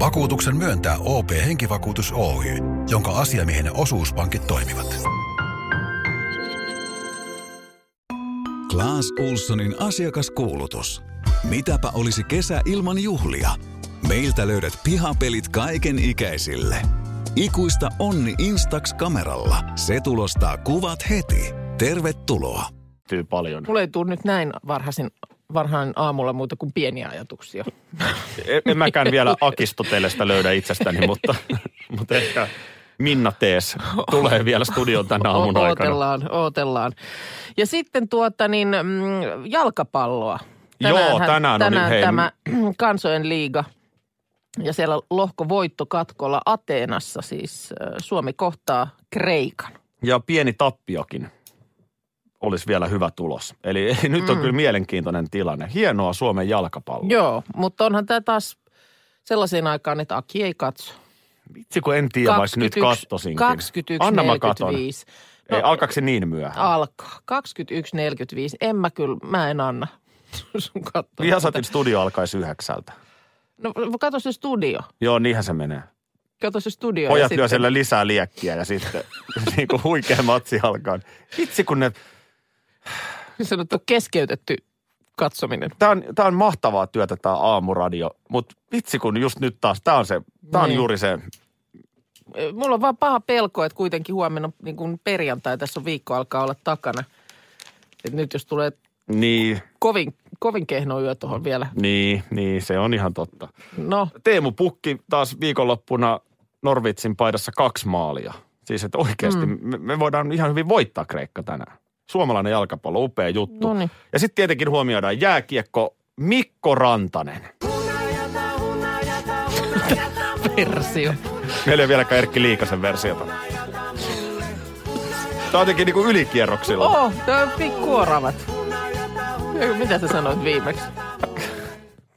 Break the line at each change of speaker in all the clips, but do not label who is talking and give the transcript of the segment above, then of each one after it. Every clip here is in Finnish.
Vakuutuksen myöntää OP-henkivakuutus Oy, jonka asiamiehenä osuuspankit toimivat.
Klaas Olssonin asiakaskuulutus. Mitäpä olisi kesä ilman juhlia? Meiltä löydät pihapelit kaiken ikäisille. Ikuista onni Instax-kameralla. Se tulostaa kuvat heti. Tervetuloa.
paljon.
Mulla ei tule nyt näin varhaisin, varhain aamulla muuta kuin pieniä ajatuksia.
En, E- en mäkään vielä Akistotelestä löydä itsestäni, mutta, mutta ehkä Minna Tees tulee vielä studioon tänä aamun aikana.
Ootellaan, ootellaan. Ja sitten tuota niin, mm, jalkapalloa.
Joo, tänään on nyt,
tänään
hei.
tämä kansojen liiga. Ja siellä lohko voitto katkolla Ateenassa siis äh, Suomi kohtaa Kreikan.
Ja pieni tappiokin olisi vielä hyvä tulos. Eli nyt on kyllä mielenkiintoinen tilanne. Hienoa Suomen jalkapalloa.
Mm. Joo, mutta onhan tämä taas sellaiseen aikaan, että Aki ei katso.
Vitsi kun en tiedä, vaikka nyt
21,
kattosinkin.
21,
Anna mä katon.
45.
Ei, alkaako se niin myöhään?
Alkaa. 21.45. En mä kyllä, mä en anna sun katsoa.
Viasatin studio alkaisi yhdeksältä.
No kato se studio.
Joo, niinhän se menee.
Kato se studio. ja
Pojat
sitten-
lyö siellä lisää liekkiä ja sitten niin kuin huikea matsi alkaa. Vitsi kun ne,
Niin sanottu keskeytetty katsominen.
tää on, tää on mahtavaa työtä tää aamuradio, mutta vitsi kun just nyt taas, tää on se, tää on
Niin.
juuri se,
Ö, Mulla on vaan paha pelko, että kuitenkin huomenna niin kuin perjantai, tässä on viikko alkaa olla takana. Et nyt jos tulee
niin,
kovin, kovin kehno yö tuohon vielä.
niin, niin, se on ihan totta.
No,
Teemu Pukki taas viikonloppuna Norvitsin paidassa kaksi maalia. Siis että oikeasti mm. me, me voidaan ihan hyvin voittaa Kreikka tänään. Suomalainen jalkapallo, upea juttu.
Noniin.
Ja sitten tietenkin huomioidaan jääkiekko Mikko Rantanen.
versio.
Meillä ei ole vieläkään Erkki Liikasen versiota. Tämä on jotenkin niin kuin ylikierroksilla.
Oh, tää on pikku oravat. Ei, Mitä sä sanoit viimeksi?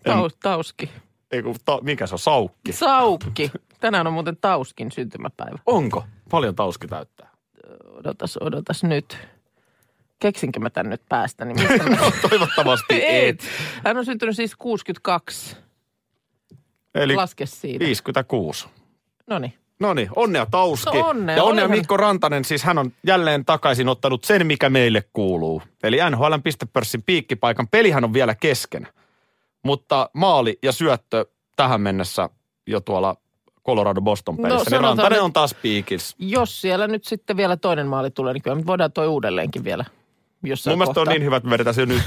Taus, tauski.
Ei kun, ta, mikä se on? Saukki.
Saukki. Tänään on muuten Tauskin syntymäpäivä.
Onko? Paljon Tauski täyttää.
Odotas, odotas nyt. Keksinkö mä tän nyt päästä? Niin mistä mä-
No, toivottavasti
Et.
et.
Hän on syntynyt siis 62.
Eli niin.
Laske siitä.
56.
No niin.
No niin, onnea Tauski.
No onnea,
ja onnea
olihan-
Mikko Rantanen, siis hän on jälleen takaisin ottanut sen, mikä meille kuuluu. Eli NHLn pistepörssin piikkipaikan pelihän on vielä kesken. Mutta maali ja syöttö tähän mennessä jo tuolla Colorado-Boston
No,
pelissä. niin
sanotaan
Rantanen
nyt-
on taas piikissä.
Jos siellä nyt sitten vielä toinen maali tulee, niin kyllä me voidaan toi uudelleenkin vielä jossain
Mun mielestä
kohtaa.
on niin hyvä, että me vedetään se nyt.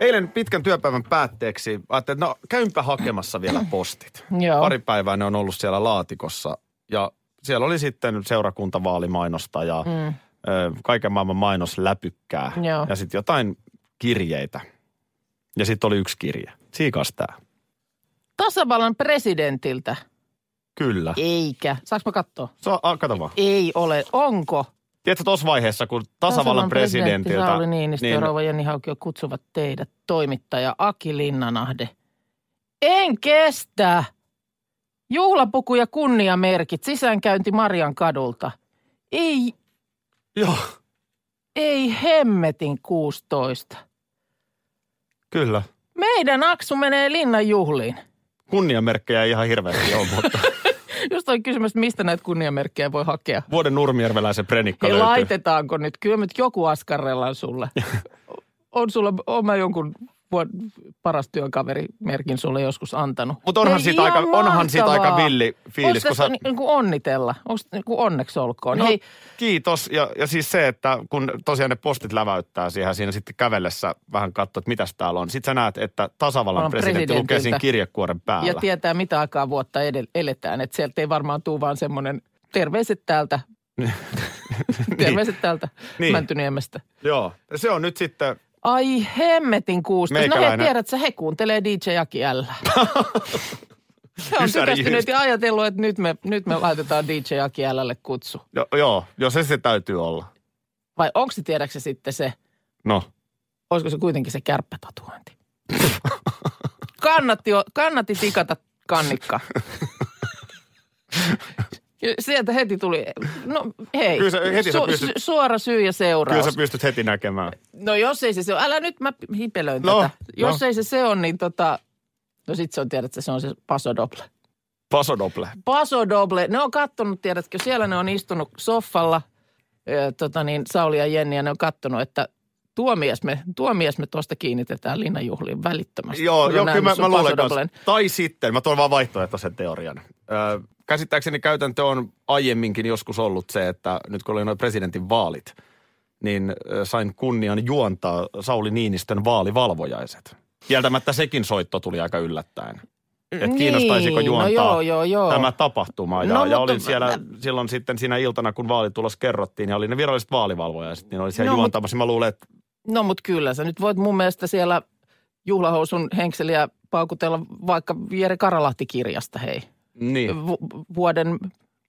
Eilen pitkän työpäivän päätteeksi ajattelin, että no käympä hakemassa vielä postit.
Joo.
Pari päivää ne on ollut siellä laatikossa ja siellä oli sitten seurakuntavaalimainosta ja mm. ö, kaiken maailman mainosläpykkää
Joo.
ja sitten jotain kirjeitä. Ja sitten oli yksi kirje. Siikas tää.
Tasavallan presidentiltä.
Kyllä.
Eikä. Saanko mä katsoa?
So, a, kato vaan.
Ei ole. Onko?
Tiedätkö tuossa vaiheessa, kun tasavallan presidentiltä...
Sauli Niinistö niin... ja Rouva Jenni Haukio kutsuvat teidät toimittaja Aki Linnanahde. En kestä! Juhlapuku ja kunniamerkit, sisäänkäynti Marian kadulta. Ei,
Joo,
ei hemmetin 16.
kyllä.
Meidän aksu menee linnan juhliin.
Kunniamerkkejä ei ihan hirveästi ole, mutta
Just toi kysymys, että mistä näitä kunniamerkkejä voi hakea.
vuoden nurmijärveläisen prenikka
Hei,
löytyy.
laitetaanko nyt? Kyllä nyt joku askarrellaan sulle. on sulla, on mä jonkun vuod- paras työkaveri merkin sulle joskus antanut.
Mutta onhan,
Ei,
siitä aika,
ihan
onhan siitä aika
mahtavaa.
villi fiilis,
Onko
kun sä...
tässä niin kuin onnitella? Onko niin kuin onneksi olkoon? No. Hei,
Kiitos. Ja, ja siis se, että kun tosiaan ne postit läväyttää siihen, siinä sitten kävellessä vähän katsoo, että mitäs täällä on. Sitten sä näet, että tasavallan
On
presidentti lukee siinä
presidentiltä.
kirjekuoren päällä.
ja tietää mitä aikaa vuotta edel- eletään. Että sieltä ei varmaan tuu vaan semmoinen terveiset täältä. terveiset täältä
Niin.
niin. Mäntyniemestä.
Joo. Se on nyt sitten...
Ai hemmetin kuusta. No hei,
Meikäläinen-
tiedät sä, he kuuntelee DJ Aki L. Se on
Ysäri
tykästynyt
just.
ja ajatellut, että nyt me, nyt me laitetaan DJ Aki Llle kutsu.
Jo, joo, joo, se se täytyy olla.
Vai onko se tiedäksä sitten se,
No,
olisiko se kuitenkin se kärppätatuointi? Kannatti, o- kannatti tikata kannikka. Sieltä heti tuli, no hei,
Kyllä sä- heti sä pystyt-
su- suora syy ja seuraus.
kyllä sä pystyt heti näkemään.
No jos ei se se ole, älä nyt mä hipelöin
No,
tätä. Jos
no.
ei se se ole, niin tota, no sit se on, tiedätkö, se on se pasodoble.
Pasodoble.
Pasodoble, ne on kattonut, tiedätkö, siellä ne on istunut soffalla, ö, tota niin, Sauli ja Jenni, ja ne on kattonut, että tuo mies me, tuo mies me tuosta kiinnitetään linnanjuhliin välittömästi.
Joo,
Kun
joo kyllä
on
mä,
nähnyt
mä
sun
luulen
pasodoblen.
kans. Tai sitten, mä tuon vaan vaihtoehtoisen teorian. Öö, käsittääkseni käytäntö on aiemminkin joskus ollut se, että nyt kun oli noin presidentin vaalit, niin ö, sain kunnian juontaa Sauli Niinistön vaalivalvojaiset. Kieltämättä sekin soitto tuli aika yllättäen. Että
Niin,
kiinnostaisiko juontaa
no joo, joo, joo.
tämä tapahtuma. Ja,
No,
ja
mutta-
olin siellä silloin sitten siinä iltana, kun vaalitulos kerrottiin, ja oli ne viralliset vaalivalvojaiset, niin oli siellä
No,
no,
mut-
juontamassa. Mä luulen, että
No mut kyllä, sä nyt voit mun mielestä siellä juhlahousun henkseliä paukutella vaikka Jere Karalahti-kirjasta, hei.
niin,
Vu- vuoden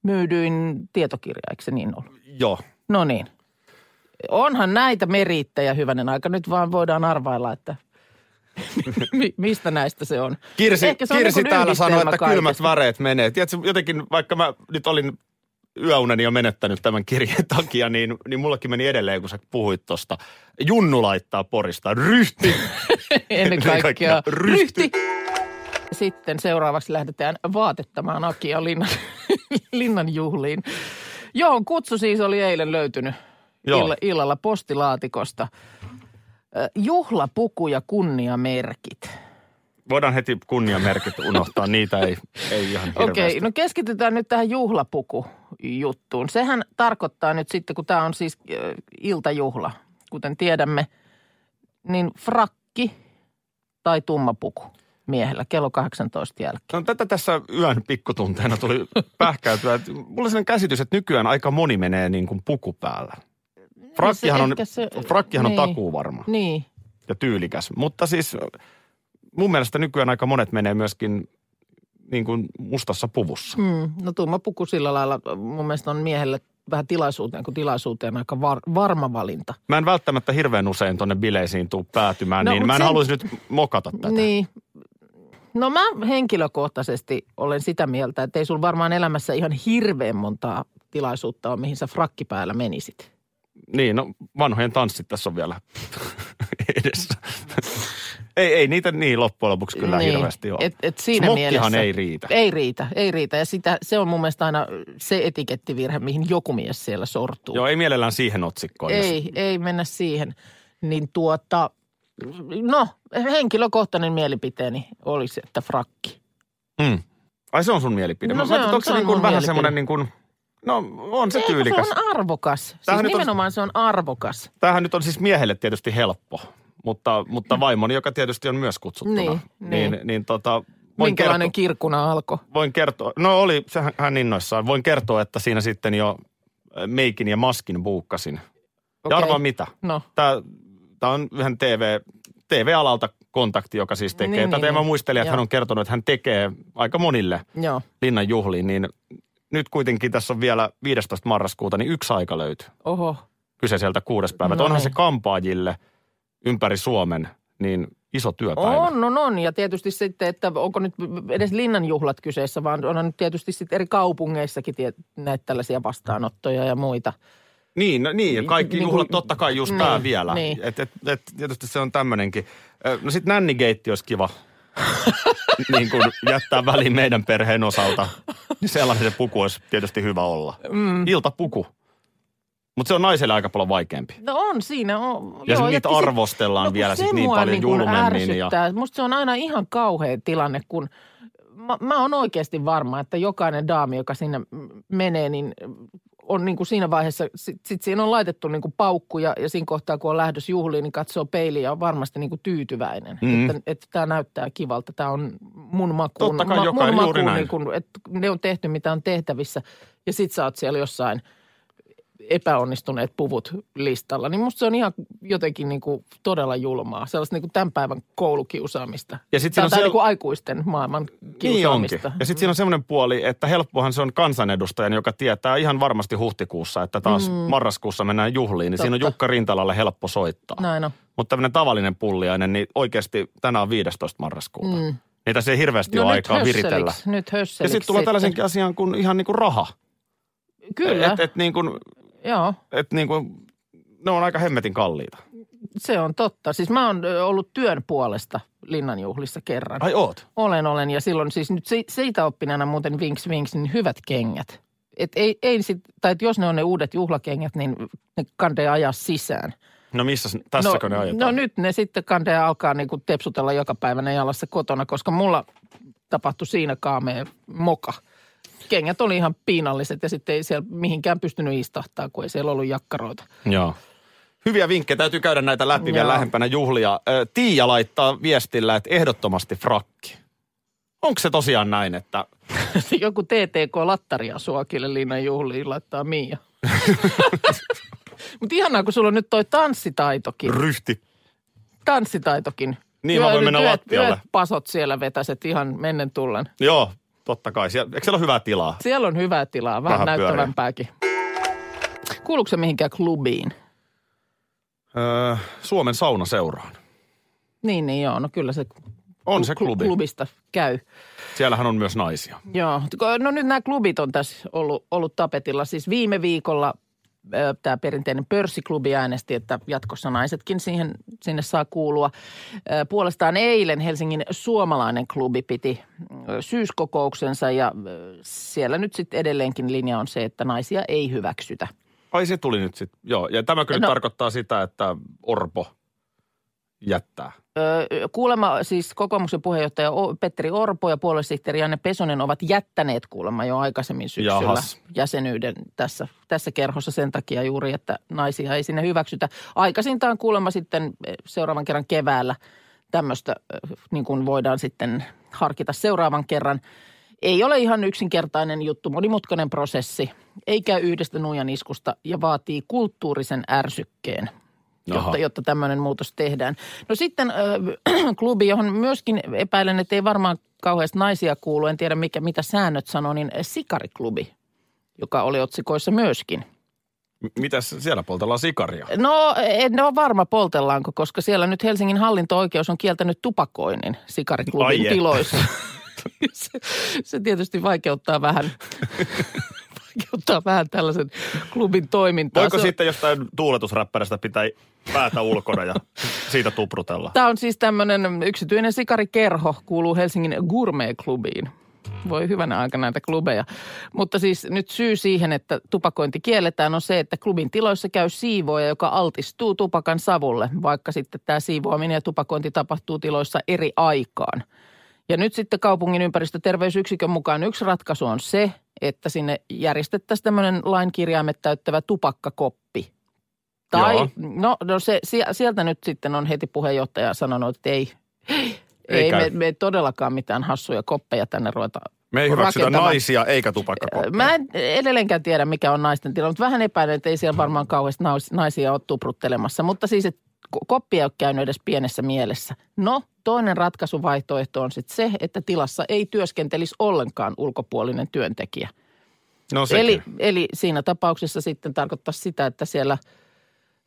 myydyin tietokirja, eikö se niin ollut?
joo.
No niin. Onhan näitä merittäjä hyvänen aika. Nyt vaan voidaan arvailla, että mi- mistä näistä se on.
Kirsi,
Ehkä se on
Kirsi
niin kuin
täällä sanoi, että
yhdistelmä
kylmät
kaikesta.
väreet menee. Tiedätkö, jotenkin vaikka mä nyt olin yöuneni jo menettänyt tämän kirjeen takia, niin, niin mullakin meni edelleen, kun sä puhuit tosta. Junnu laittaa porista. Ryhti!
Ennen
kaikkea
kaikkea
ryhti.
ryhti. Sitten seuraavaksi lähdetään vaatettamaan Akia linnan, linnan juhliin, johon kutsu siis oli eilen löytynyt
Joo.
illa, illalla postilaatikosta. Ö, Juhlapuku ja kunniamerkit.
Voidaan heti kunniamerkit unohtaa. Niitä ei, ei ihan hirveästi.
Okei, no keskitytään nyt tähän juhlapukujuttuun. Sehän tarkoittaa nyt sitten, kun tämä on siis ö, iltajuhla, kuten tiedämme, niin frakki tai tumma puku miehellä kello 18 jälkeen.
No, tätä tässä yön pikkutunteena tuli pähkäytyä. Et Mulla on sellainen käsitys, että nykyään aika moni menee niin kuin puku päällä. Frakkihan on,
No ehkä se-
frakkihan
niin.
on takuu varma.
Niin,
ja tyylikäs. Mutta siis mun mielestä nykyään aika monet menee myöskin niin kuin mustassa puvussa.
mm, no tumma puku sillä lailla ö, mun mielestä on miehelle vähän tilaisuuteen, kun tilaisuuteen aika var, varma valinta.
Mä en välttämättä hirveän usein tonne bileisiin tuu päätymään,
No,
no, niin
mut
mä en
sen-
sen... haluaisi nyt mokata tätä. Niin.
Niin. No mä henkilökohtaisesti olen sitä mieltä, että ei sulla varmaan elämässä ihan hirveän montaa tilaisuutta ole, mihin sä frakki päällä menisit.
niin, no vanhojen tanssit tässä on vielä edessä. ei, ei niitä niin loppujen lopuksi kyllä
niin.
niin. hirveästi ole.
Et, et siinä
Smokkihan
mielessä,
ei riitä.
Ei riitä, ei riitä. Ja sitä, se on mun mielestä aina se etikettivirhe, mihin joku mies siellä sortuu.
Joo, ei mielellään siihen otsikkoon. jos-
ei, ei mennä siihen. Niin tuota, no henkilökohtainen mielipiteeni olisi, että frakki.
Mm. Ai se on sun mielipide.
No
Mä
se
ajattelin,
on-
että onko
se
se
on
niin kuin
mun
vähän
mielipide.
semmoinen niin kuin, no on se
Eikö
tyylikäs.
Se on arvokas.
Tämähän
Siis
nyt on-
nimenomaan se on arvokas.
Tämähän nyt on siis miehelle tietysti helppo, mutta, mutta vaimoni, joka tietysti on myös kutsuttuna,
Niin,
niin,
niin.
niin. niin, niin tota, voin,
Minkälainen
kertoa,
kirkkuna alkoi?
voin kertoa, no oli, sehän hän innoissaan, voin kertoa, että siinä sitten jo ö, ö, meikin ja maskin buukkasin. Ja
Okei.
arvaa mitä?
No.
Tämä, tämä on yhden TV, TV-alalta kontakti, joka siis tekee.
Niin,
Niin, Tätä
niin,
niin, mä
niin.
muistelin, että
Joo.
hän on kertonut, että hän tekee aika monille
Joo.
linnan juhliin, niin nyt kuitenkin tässä on vielä 15. marraskuuta, niin yksi aika löytyy
Oho.
kyseiseltä kuudes päivä.
No
No, onhan
niin.
se kampaajille ympäri Suomen niin iso työpäivä.
On, on, on. Ja tietysti sitten, että onko nyt edes linnanjuhlat kyseessä, vaan onhan nyt tietysti sitten eri kaupungeissakin tie- näitä tällaisia vastaanottoja ja muita.
Niin, no niin, ja kaikki
Niin kuin-
juhlat totta kai just tää
Niin,
vielä.
niin.
Et, et, et, tietysti se on tämmöinenkin. Ö, No sit nännigeiti olisi kiva niin kuin jättää väliin meidän perheen osalta. Niin Sellainen se puku olisi tietysti hyvä olla. Mm. Iltapuku. Mutta se on naiselle aika paljon vaikeampi.
No on siinä. On,
Ja sit niitä
sit-
arvostellaan
no, kun
vielä
se
sit niin
mua
paljon
niin kuin
julmemmin. Ja,
ärsyttää. Musta se on aina ihan kauhea tilanne, kun mä, mä oon oikeasti varma, että jokainen daami, joka sinne m- menee, niin on niin kuin siinä vaiheessa, sit, sit siinä on laitettu niin kuin paukku ja, ja siinä kohtaa, kun on lähdös juhliin, niin katsoo peiliin ja on varmasti niin kuin tyytyväinen, mm.
Mm.
että, että tämä näyttää kivalta, tämä on mun makuun.
Totta kai
mun
jokainen, juuri
makuun
näin.
niin kuin, että ne on tehty, mitä on tehtävissä ja sit sä oot siellä jossain epäonnistuneet puvut listalla, niin musta se on ihan jotenkin niin kuin todella julmaa. Sellaista niin kuin tämän päivän koulukiusaamista.
ja sitten siinä
tai
on se,
niin kuin aikuisten maailman
Niin onkin.
kiusaamista.
Ja sitten siinä on semmoinen puoli, että helppohan se on kansanedustajan, joka tietää ihan varmasti huhtikuussa, että taas mm. marraskuussa mennään juhliin. Niin siinä on
Totta.
Jukka Rintalalle helppo soittaa.
Näin on. No
Mutta tämmöinen tavallinen pulliainen, niin oikeasti tänään on 15. marraskuuta. Mm. Niitä se ei hirveästi ole
No nyt
aikaa
hösseliksi,
viritellä.
Nyt
Ja
hösseliksi.
sitten tulee tällaisenkin asiaan kuin ihan niin kuin raha.
Kyllä,
Et, et niin kuin,
joo.
et niin kuin, ne on aika hemmetin kalliita.
Se on totta. Siis mä oon ö, ollut työn puolesta linnanjuhlissa kerran.
Ai oot?
Olen, olen. Ja silloin siis nyt si- siitä oppineena muuten vinks vinks, niin hyvät kengät. Et ei, ei sit, tai et jos ne on ne uudet juhlakengät, niin ne kandeja ajaa sisään.
No missä tässäkö ne ajetaan?
No nyt ne sitten kandeja alkaa niinku tepsutella joka päivänä jalassa kotona, koska mulla tapahtui siinä kaameen moka. Kengät oli ihan piinalliset ja sitten ei siellä mihinkään pystynyt istahtaa, kun ei siellä ollut jakkaroita.
Joo. Hyviä vinkkejä, täytyy käydä näitä läpi
Joo.
vielä lähempänä juhlia. Ö, Tiia laittaa viestillä, että ehdottomasti frakki. Onko se tosiaan näin, että
Joku TTK-lattaria suokille Liinan juhliin laittaa Miia. Mutta ihanaa, kun sulla on nyt toi tanssitaitokin.
ryhti?
Tanssitaitokin.
Niin, mä voin mennä
työt,
lattialle.
Työt pasot siellä vetäiset ihan mennen tullen.
Joo, totta kai. Sie- Eikö siellä ole hyvää tilaa?
Siellä on hyvää tilaa, vähän,
Vähän
vähän
pyöreä.
näyttävämpääkin. Kuuluuko se mihinkään klubiin?
Öö, Suomen saunaseuraan.
Niin, niin joo, no kyllä se,
On
klu-
se
klu-
klubi.
klubista käy.
Siellähän on myös naisia.
Joo, no nyt nämä klubit on tässä ollut, ollut tapetilla. Siis viime viikolla tämä perinteinen pörssiklubi äänesti, että jatkossa naisetkin siihen, sinne saa kuulua. Ö, Puolestaan eilen Helsingin suomalainen klubi piti ö, syyskokouksensa ja ö, siellä nyt sitten edelleenkin linja on se, että naisia ei hyväksytä.
Ai se tuli nyt sitten. Joo, ja tämäkö nyt
No.
tarkoittaa sitä, että Orpo jättää?
Ö, Kuulemma siis kokoomuksen puheenjohtaja O- Petteri Orpo ja puoluesihteeri Janne Pesonen ovat jättäneet kuulemma jo aikaisemmin syksyllä
Jahas.
jäsenyyden tässä, tässä kerhossa sen takia juuri, että naisia ei sinne hyväksytä. Aikaisintaan kuulemma sitten eh, seuraavan kerran keväällä tämmöistä eh, niin kuin voidaan sitten harkita seuraavan kerran. Ei ole ihan yksinkertainen juttu, monimutkainen prosessi, eikä yhdestä nuijan iskusta ja vaatii kulttuurisen ärsykkeen
Aha.
jotta, jotta tämmöinen muutos tehdään. No sitten ö, klubi, johon myöskin epäilen, että ei varmaan kauheasti naisia kuulu, en tiedä mikä, mitä säännöt sanoo, niin Sikariklubi, joka oli otsikoissa myöskin.
M- mitäs siellä poltellaan sikaria?
No en ole varma poltellaanko, koska siellä nyt Helsingin hallinto-oikeus on kieltänyt tupakoinnin
Ai
Sikariklubin
että.
tiloissa. se, se tietysti vaikeuttaa vähän, vaikeuttaa vähän tällaisen klubin toimintaa.
Voiko
Se on-
sitten jostain tuuletusräppäristä pitää päätä ulkona ja siitä tuprutella?
Tämä on siis tämmöinen yksityinen sikarikerho, kuuluu Helsingin gourmet-klubiin. Voi hyvänä aika näitä klubeja. Mutta siis nyt syy siihen, että tupakointi kielletään on se, että klubin tiloissa käy siivoja, joka altistuu tupakan savulle, vaikka sitten tämä siivoaminen ja tupakointi tapahtuu tiloissa eri aikaan. Ja nyt sitten kaupungin ympäristöterveysyksikön mukaan yksi ratkaisu on se, että sinne järjestettäisiin tämmöinen lainkirjaimet täyttävä tupakkakoppi. Tai,
Joo.
no, no se, sie- sieltä nyt sitten on heti puheenjohtaja sanonut, että ei, ei,
Ei
ei
käy.
me, me ei todellakaan mitään hassuja koppeja tänne ruveta
Me ei hyväksytä
rakentava-
naisia eikä tupakkakokkeja.
Mä en edelleenkään tiedä, mikä on naisten tilanne, mutta vähän epäilen, että ei
Mm.
siellä varmaan kauheasti nais- naisia ole tupruttelemassa. Mutta siis, että ko- koppi ei ole käynyt edes pienessä mielessä. No, toinen ratkaisuvaihtoehto on sitten se, että tilassa ei työskentelisi ollenkaan ulkopuolinen työntekijä.
No sekin.
Eli, eli siinä tapauksessa sitten tarkoittaa sitä, että siellä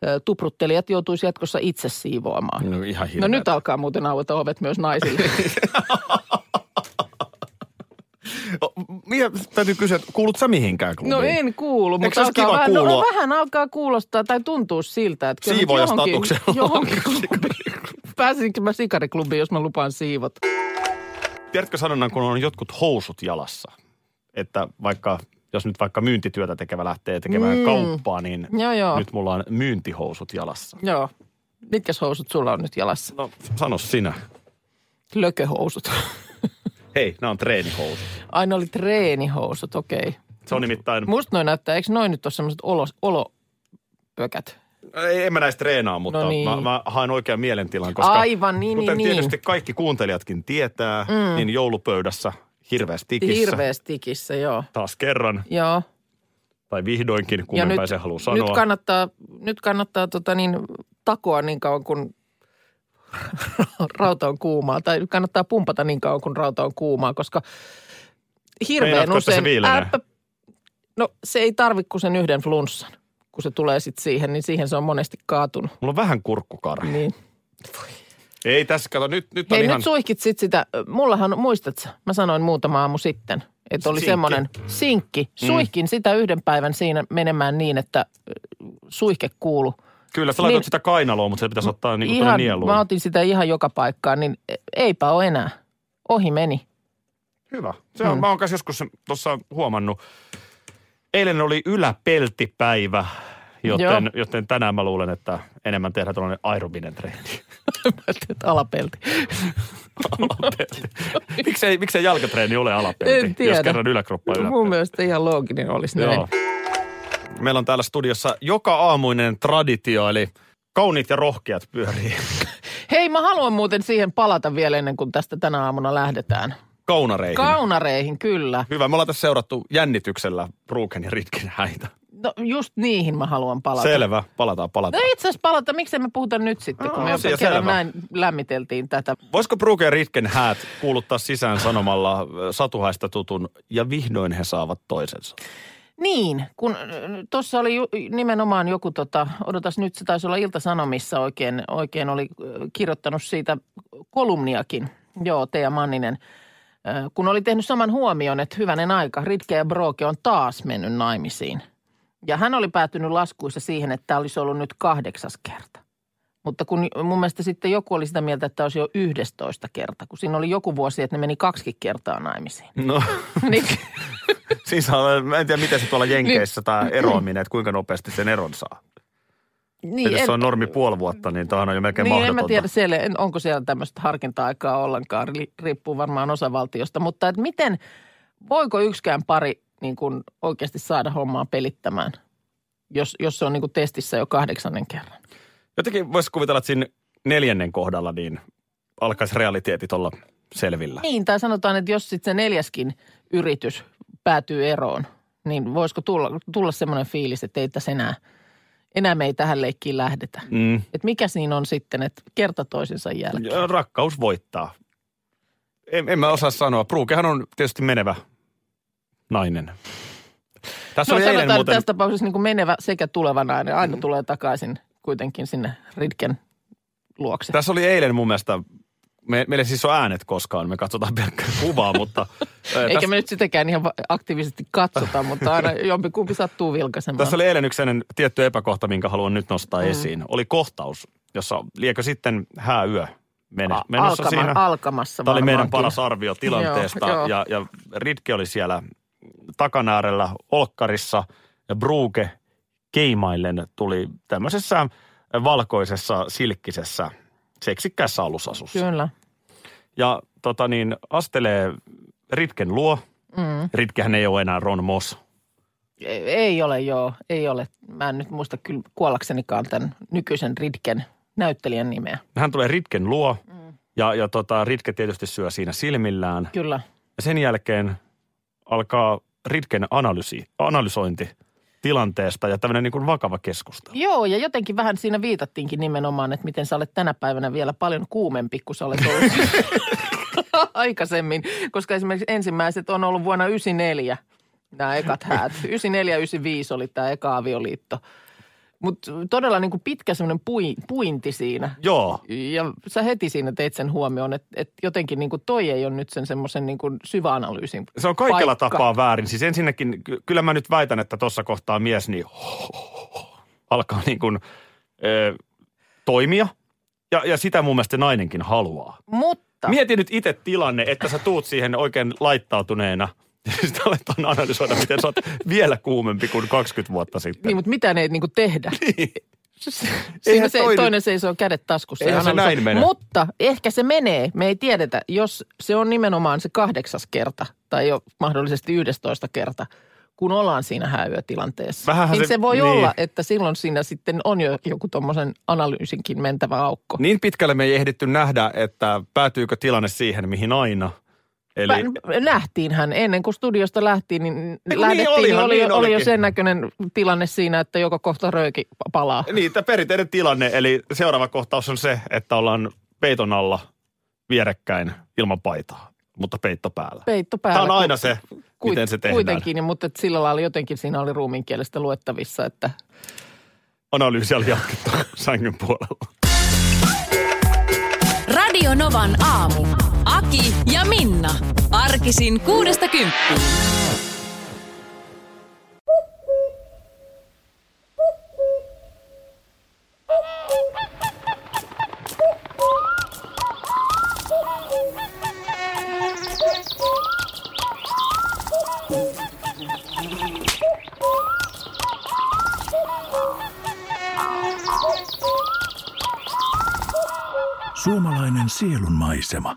ö, tupruttelijat joutuisi jatkossa itse siivoamaan.
No ihan
No
hirveä.
nyt alkaa muuten avata ovet myös naisille.
Mie, täytyy kysyä, että kuulut sä mihinkään klubiin?
No en kuulu,
Niin. Eikö
mutta
se olisi
alkaa
kiva
vähän, no,
kuulua?
no, vähän alkaa kuulostaa tai tuntuu siltä, että kyllä nyt johonkin,
Siivoojastatuksella.
johonkin klubiin. Pääsinkö mä sikariklubiin, jos mä lupaan siivot?
Tiedätkö sanonnan, kun on jotkut housut jalassa? Että vaikka, jos nyt vaikka myyntityötä tekevä lähtee tekemään
Mm.
mm. kauppaa, niin
Joo, joo.
nyt mulla on myyntihousut jalassa.
Joo. Mitkäs housut sulla on nyt jalassa?
No sano sinä.
Lököhousut.
Hei, nämä on treenihousut.
Aina oli treenihousut, okei. Okay.
Se on nimittäin,
Musta noin näyttää, eikö noin nyt ole semmoiset olo, olopökät?
ei, en mä näistä treenaa, mutta
No
no
niin.
niin. mä, mä haen oikean mielentilan, koska
Aivan, niin,
kuten
niin,
tietysti kaikki kuuntelijatkin tietää, mm. niin joulupöydässä hirveässä
niin.
tikissä.
Hirveästi tikissä, joo.
Taas kerran,
Joo.
tai vihdoinkin,
ja
kummin
nyt,
päin se haluaa sanoa.
Nyt kannattaa, nyt kannattaa tota niin, takoa niin kauan kuin rauta on kuumaa. Tai kannattaa pumpata niin kauan kuin rauta on kuumaa, koska hirveän
Meinaatko, että se
usein...
viilenee?
no se ei tarvi kuin sen yhden flunssan. Kun se tulee sitten siihen, niin siihen se on monesti kaatunut.
Mulla on vähän kurkkukarhi.
Niin.
Ei tässä, kato, nyt, nyt on
Hei,
ihan...
nyt suihkit sit sitä. Mullahan, muistat sä, mä sanoin muutama aamu sitten, että oli
Sinkki. Mm.
semmoinen sinkki. Suihkin sitä yhden päivän siinä menemään niin, että ö, suihke kuulu.
Kyllä, sä laitat
Niin-
sitä kainaloon, mutta se pitäisi ottaa niinku tuonne
ihan,
nieluun.
mä otin sitä ihan joka paikkaan, niin eipä ole enää. Ohi meni.
Hyvä. Se on, mm. mä oon kanssa joskus sen tuossa huomannut. Eilen oli yläpeltipäivä, joten,
Joo.
joten tänään mä luulen, että enemmän tehdään tuollainen aerobinen treeni.
Mä ajattelin, että alapelti.
Alapelti. miksei, miksei jalkatreeni ole alapelti,
En tiedä.
jos kerran yläkroppa on
Mun
yläpelti?
mielestä ihan looginen olisi näin.
Joo. Meillä on täällä studiossa joka aamuinen traditio, eli kauniit ja rohkeat pyörii
Hei, mä haluan muuten siihen palata vielä ennen kuin tästä tänä aamuna lähdetään.
kaunareihin.
Kaunareihin, kyllä.
Hyvä, me ollaan tässä seurattu jännityksellä Ruuken ja Ritkin häitä.
No just niihin mä haluan palata.
Selvä, palataan,
No
palataan.
itse asiassa palata, miksei me puhuta nyt sitten, kun
No,
me
asia
kerran
selvä.
näin lämmiteltiin tätä.
Voisiko Brugge ja Ritken häät kuuluttaa sisään sanomalla ö, satuhaista tutun ja vihdoin he saavat toisensa?
Niin, kun äh, tuossa oli ju- nimenomaan joku, tota, odotas nyt, se taisi olla Ilta-Sanomissa oikein, oikein oli äh, kirjoittanut siitä kolumniakin, joo, Teija Manninen, äh, kun oli tehnyt saman huomion, että hyvänen aika, Ritke ja Brooke on taas mennyt naimisiin. Ja hän oli päätynyt laskuissa siihen, että tämä olisi ollut nyt kahdeksas kerta. Mutta kun mun mielestä sitten joku oli sitä mieltä, että tämä olisi jo yhdestoista kerta, kun siinä oli joku vuosi, että ne meni kaksi kertaa naimisiin.
No,
Niin,
siis on- mä en tiedä miten se tuolla Jenkeissä tämä eroaminen, että kuinka nopeasti sen eron saa.
niin
Niin, jos se
en-
on normi puoli vuotta, niin tämä on jo melkein
niin, en mä
mahdotonta.
tiedä, siellä, en- onko siellä tämmöistä harkinta-aikaa ollenkaan, ri- riippuu varmaan osavaltiosta. Mutta et miten, voiko yksikään pari niin kun oikeasti saada hommaa pelittämään, jos, jos se on niin kun testissä jo kahdeksannen kerran?
Jotenkin voisi kuvitella, että siinä neljännen kohdalla niin alkaisi realiteetit olla selvillä.
Niin, tai sanotaan, että jos sitten se neljäskin yritys päätyy eroon, niin voisiko tulla, tulla semmoinen fiilis, että ei tässä enää, enää me ei tähän leikkiin lähdetä.
Mm.
Et mikä siinä on sitten, että kerta toisensa jälkeen?
Ja Rakkaus voittaa. En, en mä osaa sanoa. Pruukehan on tietysti menevä nainen. Tässä
No
oli eilen
sanotaan, muuten...
muuten...
tässä tapauksessa niin kuin menevä sekä tuleva nainen aina mm. tulee takaisin kuitenkin sinne Ritken luokse.
Tässä oli eilen mun mielestä, me, meillä siis on äänet koskaan, me katsotaan pelkkää kuvaa, mutta ää,
Eikä
tässä,
me nyt sitäkään ihan va- aktiivisesti katsota, mutta aina jompikumpi sattuu vilkaisemaan.
tässä oli eilen yksi sellainen tietty epäkohta, minkä haluan nyt nostaa mm. esiin. Oli kohtaus, jossa liekö sitten hääyö men,
A-
menossa
alkama-
siinä.
alkamassa
Tämä oli meidän
varmaankin.
paras arvio tilanteesta
Joo, joo.
Ja, ja Ritke oli siellä takan äärellä olkkarissa ja Bruuke keimaillen tuli tämmöisessä valkoisessa silkkisessä seksikkäässä alusasussa.
Kyllä.
Ja tota niin, astelee Ritken luo.
Mm.
Ritkehän ei ole enää Ron Moss.
Ei- Ei ole, joo. Ei ole. Mä en nyt muista kyllä kuollaksenikaan tämän nykyisen Ritken näyttelijän nimeä.
Hän tulee Ritken
Mm.
luo ja, ja tota, Ritke tietysti syö siinä silmillään.
Kyllä.
Ja sen jälkeen alkaa Ritken analysi, analysointi tilanteesta ja tämmöinen niin kuin vakava keskustelu.
Joo, ja jotenkin vähän siinä viitattiinkin nimenomaan, että miten sä olet tänä päivänä vielä paljon kuumempi kuin sä olet ollut aikaisemmin. Koska esimerkiksi ensimmäiset on ollut vuonna 94 nämä ekat häät. 94-95 oli tämä eka avioliitto. Mutta todella niin kuin pitkä semmoinen pui, puinti siinä.
Joo,
Ja sä heti siinä teit sen huomioon, että, että jotenkin niin kuin toi ei ole nyt sen semmoisen niin kuin syväanalyysin
se on kaikella
paikka.
tapaa väärin. Siis ensinnäkin, ky- kyllä mä nyt väitän, että tuossa kohtaa mies niin alkaa niin kuin, ö, toimia. Ja, ja sitä mun mielestä se nainenkin haluaa.
Mutta
Mieti nyt itse tilanne, että sä tuut siihen oikein laittautuneena. Ja sitten aletaan analysoida, miten sä oot vielä kuumempi kuin 20 vuotta sitten.
Niin, mutta mitään ei niinku tehdä.
Niin.
Siinä
Eihän
se,
toi
toinen,
nyt-
toinen seisoo kädet taskussa. ja
Eihän se
analysoi.
näin mene.
Mutta ehkä se menee, me ei tiedetä, jos se on nimenomaan se kahdeksas kerta tai jo mahdollisesti yhdestoista kerta, kun ollaan siinä häyötilanteessa.
Vähähän
niin
se-
se, voi
niin.
olla, että silloin siinä sitten on jo joku tuommoisen analyysinkin mentävä aukko.
Niin pitkälle me ei ehditty nähdä, että päätyykö tilanne siihen, mihin aina. Eli
Eli... Nähtiin hän ennen kuin studiosta lähtiin, niin
niin,
lähdettiin, niin,
olihan,
oli,
niin
jo- oli jo
olikin.
sen näköinen tilanne siinä, että joka kohta rööki palaa.
niin, tämä perinteinen tilanne, eli seuraava kohtaus on se, että ollaan peiton alla vierekkäin ilman paitaa, mutta peitto päällä.
Peitto päällä.
Tämä on aina
kun-
se,
Kuit-
miten se tehdään.
Kuitenkin, niin, mutta et sillä lailla jotenkin siinä oli ruumiin kielestä luettavissa, että
Analyysi oli jatkettu sängyn puolella.
Radio Novan aamu. Aki ja Minna. Arkisin kuudesta kymppiin.
Suomalainen sielunmaisema.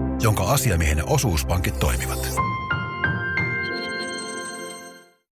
jonka asiamiehen osuuspankit toimivat.